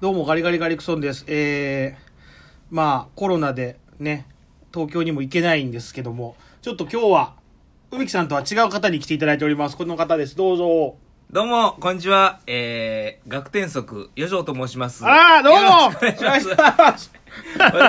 どうもガリガリガリクソンです。えー、まあコロナでね、東京にも行けないんですけども、ちょっと今日は、梅木さんとは違う方に来ていただいております。この方です。どうぞ。どうも、こんにちは。えー、学天則、余剰と申します。ああ、どうもよろしくお願いします。ます。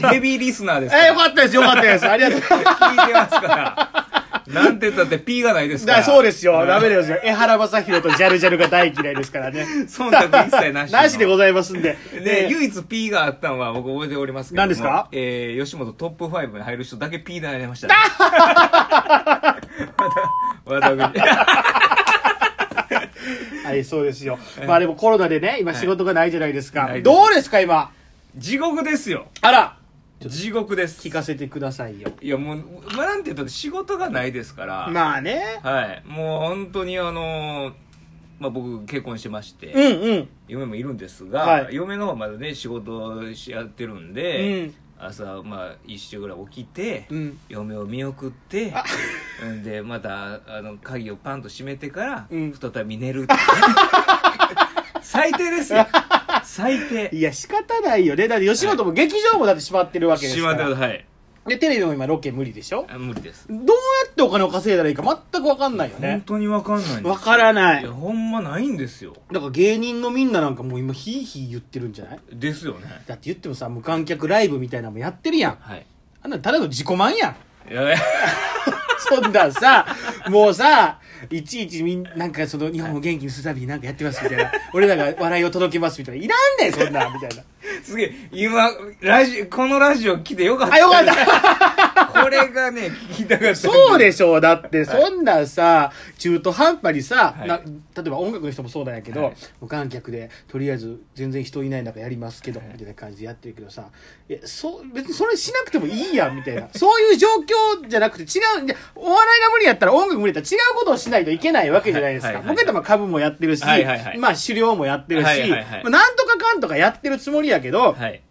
私、ヘビーリスナーで すえから。ー、よかったです、よかったです。ありが とうございます。聞いてます から。なんて言ったって、P がないですかだら。そうですよ。んダメですよ。江原正宏とジャルジャルが大嫌いですからね。忖度一切なしのなしでございますんで。で、ね唯一 P があったのは僕覚えておりますけど何も。ですかえー、吉本トップ5に入る人だけ P になり ましたね。わたわた はい、そうですよ。まあでもコロナでね、今仕事がないじゃないですか。はいどうですか、今。地獄ですよ。あら、地獄です聞。かせてくださいよ。いや、もう、まあ、なんて言ったって仕事がないですから。まあね。はい。もう本当にあのーまあ僕結婚してまして、うんうん。嫁もいるんですが、はい嫁の方はまだね、仕事しやってるんで、うん朝、まあ一週ぐらい起きて、うん嫁を見送って、うんで、また、あの、鍵をパンと閉めてから、うん再び寝 るっていうね最低ですよ。最低。いや、仕方ないよね。だって吉本も劇場もだって閉まってるわけですしかまってら。はい。で、テレビも今ロケ無理でしょあ無理です。どうやってお金を稼いだらいいか全くわかんないよ本ね。当にわかんないんですよわからないいや、ほんまないんですよ。だから芸人のみんななんかもう今ヒーヒー言ってるんじゃないですよね。だって言ってもさ、無観客ライブみたいなのもやってるやん。 はい。あんなのただの自己満やん。 いやねそんなんさ、もうさ、いちいちみん、なんかその日本を元気にするたびになんかやってますみたいな。俺らが笑いを届けますみたいな。いらんねん、そんなん、みたいな。すげえ、今、ラジオ、このラジオ来てよかった。あ、よかった これがね、聞きたかった。。そうですしょう。だって、そんなんさ、中途半端にさ、はいな例えば音楽の人もそうなんやけど、はい無観客で、とりあえず全然人いない中やりますけど、みたいな感じでやってるけどさ、いや、そう、別にそれしなくてもいいやん、みたいな。 そういう状況じゃなくて違う、いやお笑いが無理やったら音楽無理やったら違うことをしないといけないわけじゃないですはいか。はいはポいはケいットも株もやってるし、はいはいはいまあ狩猟もやってるし、はいはいはいまあなんとかかんとかやってるつもりやけど、はい。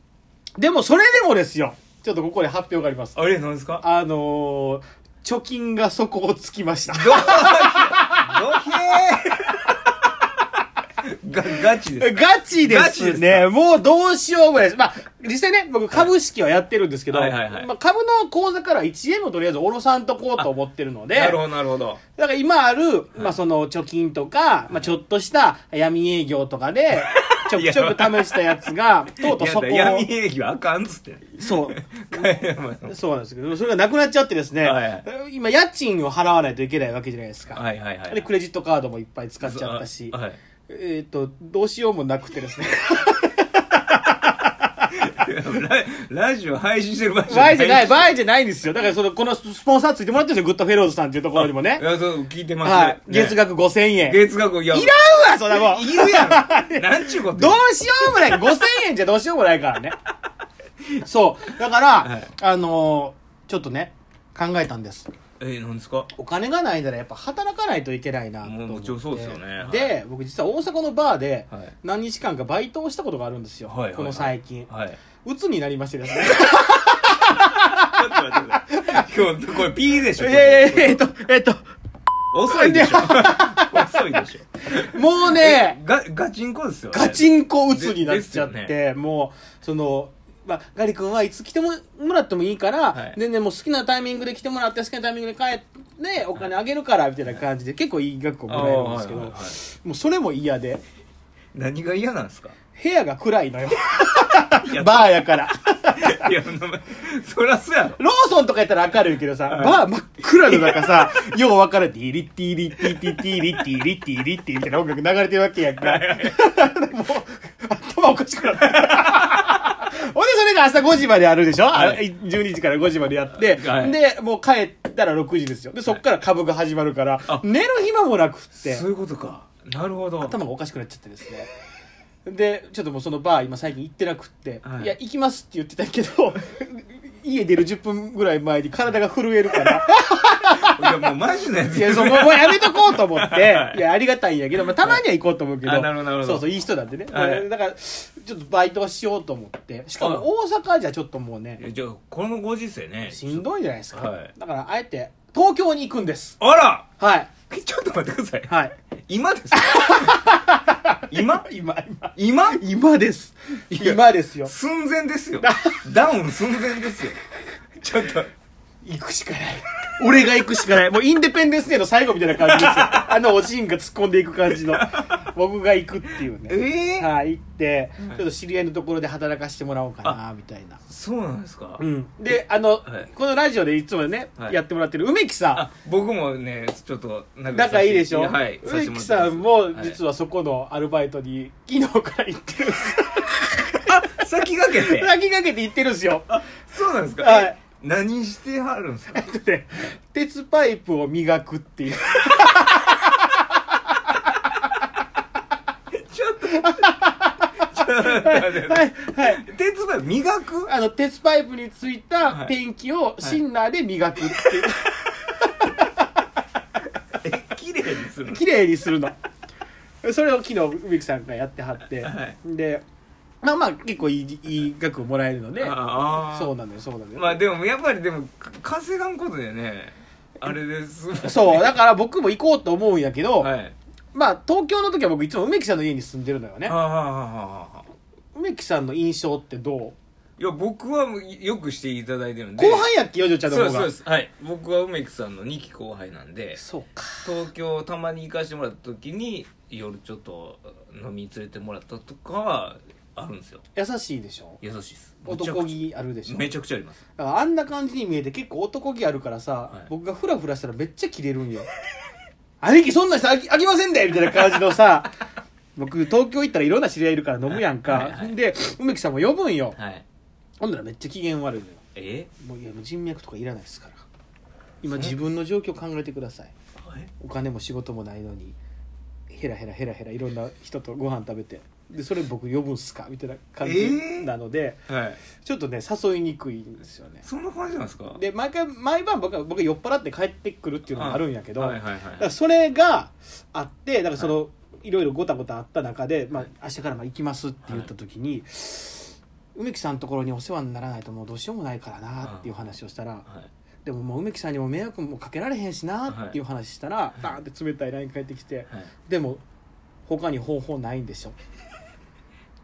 でもそれでもですよ、ちょっとここで発表があります。あれ、なんですかあのー、貯金が底をつきました。どひどひーが、 ガチです。ガチでガチすでね。すもうどうしようもないです。まあ、実際ね、僕株式はやってるんですけど、はいはいはいまあ、株の口座から1円もとりあえず下ろさんとこうと思ってるので、 なるほだど、なるほど。から今ある、まあその貯金とか、まあちょっとした闇営業とか で、ちょくちょく試したやつが、とうとうそこをい、や闇営業あかんっつ って。そう、帰ればそうなんですけど、それがなくなっちゃってですね、はいは今家賃を払わないといけないわけじゃないですか。はいはいはい。で、クレジットカードもいっぱい使っちゃったし、あはい。 えっ、と、どうしようもなくてですね。ララジオ配信してる場合じ場ゃな合い。じゃない、場合じゃないんですよ。だから、その、このスポンサーついてもらってるんですよ。グッドフェローズさんっていうところにもねい。や、そう、聞いてます。はい。ね月。額5000円。い月額、いや、いらんわ、そんなもん。いるやろ。なんちゅうこと ど言うしようもない。5000円じゃどうしようもないからね。そう。だから、はいあのーちょっとね、考えたんです。え、なんですかお金がないならやっぱ働かないといけないなと思って。もうもちろんそうですよねはいで、僕実は大阪のバーではい何日間かバイトをしたことがあるんですよ。はいはいはいこの最近。はい。鬱になりましてですね。ちょっと待ってください今日、これ P でしいょやいやいやえっと、えっと、遅い でしょ遅いでしょもうね、ガガチンコですよ、ね、ガチンコ鬱になっちゃっででて、もう、その、まあ、ガリ君はいつ来てももらってもいいから、はい全然もう好きなタイミングで来てもらって、好きなタイミングで帰って、お金あげるから、みたいな感じで、結構いい額をもらえるんですけど、あーはいはいはもうそれも嫌で、何が嫌なんですか 部屋が暗いのよ。いやバーやから。いやそりゃそうやろローソンとかやったら明るいけどさ、はいバー真っ暗の中さ、よう分からん、ティリッティリッティティティリッティリッティリッティみたいな音楽流れてるわけやんか。もう、頭おかしくなって。ほんで、それが朝5時まであるでしょ、はいあ12時から5時までやって、はいで、もう帰ったら6時ですよ。で、そっから株が始まるから、あ寝る暇もなくってそ、ういうことかなるほど頭がおかしくなっちゃってですね。で、ちょっともうそのバー今最近行ってなくって、、はいいや、行きますって言ってたけど、 家出る10分ぐらい前に体が震える から、いやもうマジなやついや、そこもうやめとこうと思って、、はいや、ありがたいんやけど、まあ、たまには行こうと思うけど、はいあなるほどなるほどそうそう、いい人なんでね。はいだから、ちょっとバイトをしようと思って、しかも大阪じゃちょっともういやね、じゃあこのご時世ねしんどいじゃないですか。はいだから、あえて、東京に行くんです。あらはい。ちょっと待ってくださいはい。今ですか 今今今今今ですや今ですよ寸前ですよ。ダウン寸前ですよ。ちょっと、行くしかない俺が行くしかないもうインデペンデンスデーの最後みたいな感じですよあのおしんが突っ込んでいく感じの僕が行くっていうねえーはい行ってちょっと知り合いのところで働かしてもらおうかなみたいなそうなんですか、うんであの、はいこのラジオでいつもね、はいやってもらってる梅木さあ、 僕もね、ちょっと仲良んくさせて、仲いいでしょ、はい。梅木さんも実ははそこのアルバイトに昨日から行ってるんです い。あ、先駆けて。 先駆けて行ってるんです よあ、そうなんですかはいえ何してはる んですだかって鉄パイプを磨くっていうちょっと、ちょっと待ってはいはい鉄分磨くあの、鉄パイプについはたいペンキをシンナーで磨 くっていう、え、綺麗にするの綺麗にするの。それを昨日、梅木さんがやってはって。はいで、まあまあ、結構いい、いい額をもらえるので、あーそうなのよ、そうなのよ。まあでも、やっぱりでも、か稼がんことでね、あれです。そう、だから僕も行こうと思うんやけど、はい。まあ、東京の時は僕いつも梅木さんの家に住んでるのよねはあ。はあはあはあ梅木さんの印象ってどういや、僕はもうよくしていただいてるんで。後輩やっけ、よじょちゃんのそう方でが。す、そうです。はい。僕は梅木さんの2期後輩なんで、そうか。東京たまに行かしてもらった時に、夜ちょっと飲みに連れてもらったとかは、あるんですよ。優しいでしょ優しいです。めちゃくちゃ男気あるでしょめちゃくちゃあります。だからあんな感じに見えて結構男気あるからさ、はい僕がフラフラしたらめっちゃキレるんよ 兄貴そんな人飽き飽きませんでみたいな感じのさ 僕東京行ったらいろんな知り合いいるから飲むやんか、はいはいで梅木さんも呼ぶんよ、はい。ほんならめっちゃ機嫌悪いのよえもういやもう人脈とかいらないですから今自分の状況考えてくださいお金も仕事もないのにヘラヘラヘラヘラいろんな人とご飯食べてでそれ僕呼ぶんすかみたいな感えじーなので、はい。ちょっとね誘いにくいんですよねそんな感じなんですかで毎回毎晩僕は僕は酔っ払って帰ってくるっていうのがあるんやけど、はいはいはいだからそれがあってだからその、い、ろいろごたごたあった中で、まあ、明日からまあ行きますって言った時に、梅木さんのところにお世話にならないともうどうしようもないからなっていう話をしたら、はいでももう梅木さんにも迷惑もかけられへんしなっていう話したら、バーンって冷たい LINE 返ってきてはい「でも他に方法ないんでしょ」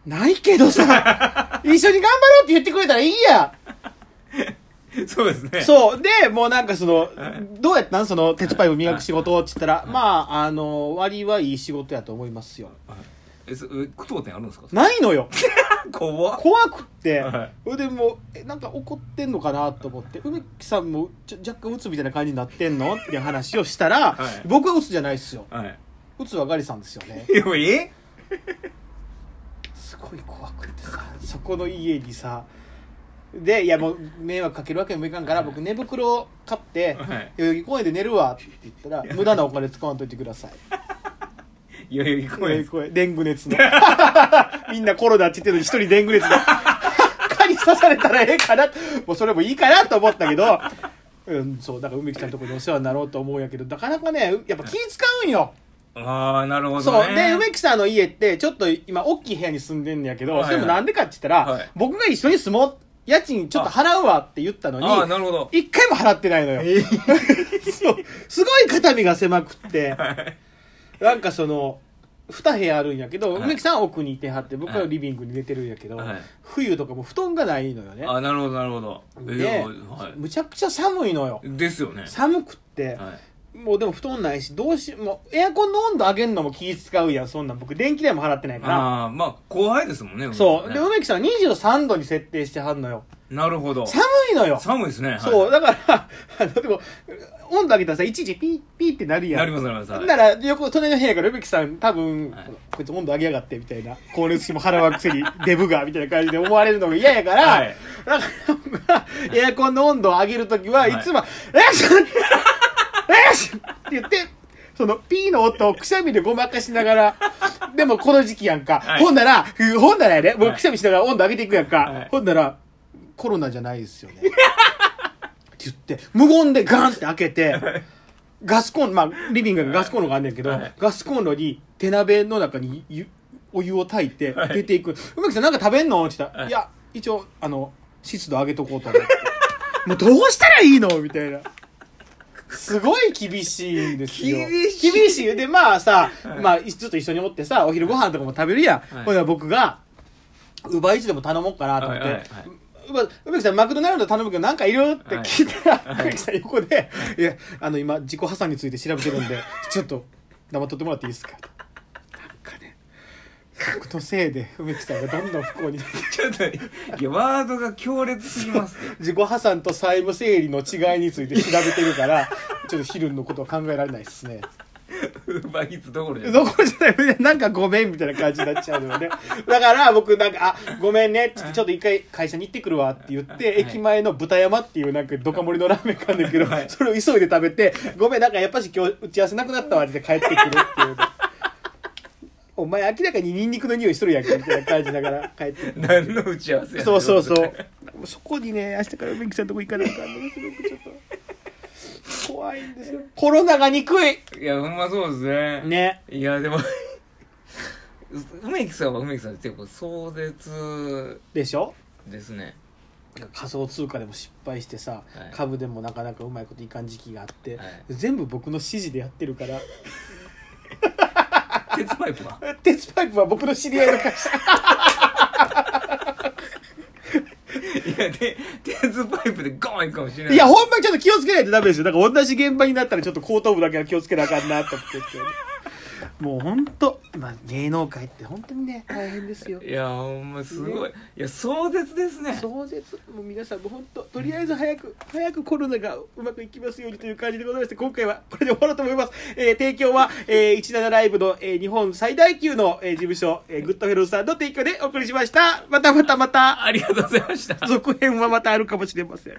ないけど さ一緒に頑張ろうって言ってくれたらいいやそうですね。そう。で、もうなんかそのはい、どうやったんその、鉄パイプ磨く仕事って言ったら、まあ、あの、割はいい仕事やと思いますよ。え、そえ苦闘点あるんですかないのよ怖っ。怖くっては。それでもう、え、なんか怒ってんのかなと思って、梅木さんもちょ若干鬱みたいな感じになってんのっていう話をしたらはい、僕は鬱じゃないっすよ。はい。鬱はガリさんですよね。でもえすごい怖くてさそこの家にさでいやもう迷惑かけるわけにもいかんから僕寝袋を買ってはい代々木公園で寝るわって言ったら無駄なお金使わんといてください代々木公代々園です木公園デング熱の みんなコロナって言ってるのに一人デング熱の 蚊に刺されたらええかなもうそれもいいかなと思ったけどうん、そうだから梅木さんのところにお世話になろうと思うんやけどなかなかねやっぱ気使うんよああ、なるほどそね。う。で、梅木さんの家って、ちょっと今、大きい部屋に住んでんねやけど、はいはいそれもなんでかって言ったら、はい僕が一緒に住もう、家賃ちょっと払うわって言ったのああ、なに、るほど。一回も払ってないのよ。 そう。すごい肩身が狭くって、はいなんかその、二部屋あるんやけど、はい梅木さんは奥にいてはって、僕ははいリビングに寝てるんやけど、はい冬とかも布団がないのよねあ。あ、なるほど、なるほど。えで、はむちゃくちゃ寒いのよ。い。ですよね。寒くって、はもうでも布団ないし、どうし、もうエアコンの温度上げるのも気使うやん、そんなん。僕電気代も払ってないい。から。ああ、まあ、後輩ですもんね。そう。ねで、梅木さんは23度に設定してはんのよ。なるほど。寒いのよ。寒いですね。はいそう。。だから、 あの、でも、温度上げたらさ、いちいちピーピーってなるやん。なります、なります。はいなら、横、隣の部屋から梅木さん、多分、はいこいつ温度上げやがって、みたいな。光熱費も払わんくせに、 デブが、みたいな感じで思われるのが嫌やから、はいだから僕は、エアコンの温度を上げるときは、はいいつも、レッシュレッシュって言って、その、ピーの音をくしゃみでごまかしながら、でもこの時期やんか。はいほんなら、ふほんならやね、は僕いくしゃみしながら温度上げていくやんか。はいほんなら、コロナじゃないですよね。って言って、無言でガンって開けて、ガスコンロ、まあ、リビングがガスコンロがあんねんけど、はいガスコンロに手鍋の中にゆお湯を炊いてはい出ていく。梅木さんなんか食べんのって言ったら、、はいいや、一応、 あの、湿度上げとこうと思って。もうどうしたらいいのみたいな。すごい厳しいんですよ。厳しい厳しい。で、まあさ、はいまあ、ずっと一緒におってさ、お昼ご飯とかも食べるやん。はいほんなら僕が、ウバイチでも頼もうかなと思って。はいはいはうば梅木さん、マクドナルド頼むけど、なんかいるって聞いたら、はいはい梅木さん横で、いや、あの、今、自己破産について調べてるんで、ちょっと、黙っとってもらっていいですか。なんかね、僕のせいで、梅木さんがどんどん不幸になってちょっといやワードが強烈すぎますね自己破産と債務整理の違いについて調べてるから、ちょっと昼のことは考えられないですね。ウー バーイーツどころじゃないどこじゃない、なんかごめんみたいな感じになっちゃうのよね。だから僕なんか、あ、ごめんねって言って、ちょっと一回会社に行ってくるわって言って、はい駅前の豚山っていうなんかドカ盛りのラーメン買うんだけどは、いそれを急いで食べて、ごめん、なんかやっぱし今日打ち合わせなくなったわって帰ってくるっていう。お前明らかにニンニクの匂いしとるやんけみたいな感じだから帰ってくる。何の打ち合わせやね んそうそうそう。そこにね、明日から梅木さんのとこ行かないかんのがすごくちょっと、怖いんですよ。コロナが憎いいやほんまそうですねね。いやでも 梅木さんは梅木さんで結構壮絶でしょですね仮想通貨でも失敗してさ、はい株でもなかなかうまいこといかん時期があって、はい全部僕の指示でやってるから 鉄パイプは鉄パイプは僕の知り合いの会社いやで鉄パイプでゴーンいくかもしれないいや ほんまにちょっと気をつけないとダメですよだから同じ現場になったらちょっと後頭部だけは気をつけなあかんなと思って もうほんと、まあ、芸能界って本当にね大変ですよいやほんますごいいや壮絶ですね壮絶もう皆さんも本当とりあえず早く早くコロナがうまくいきますようにという感じでございまして今回はこれで終わろうと思います、えー提供は、えー、17ライブの、えー日本最大級の、えー事務所、えーグッドフェルさんの提供でお送りしましたまたまたまたありがとうございました続編はまたあるかもしれません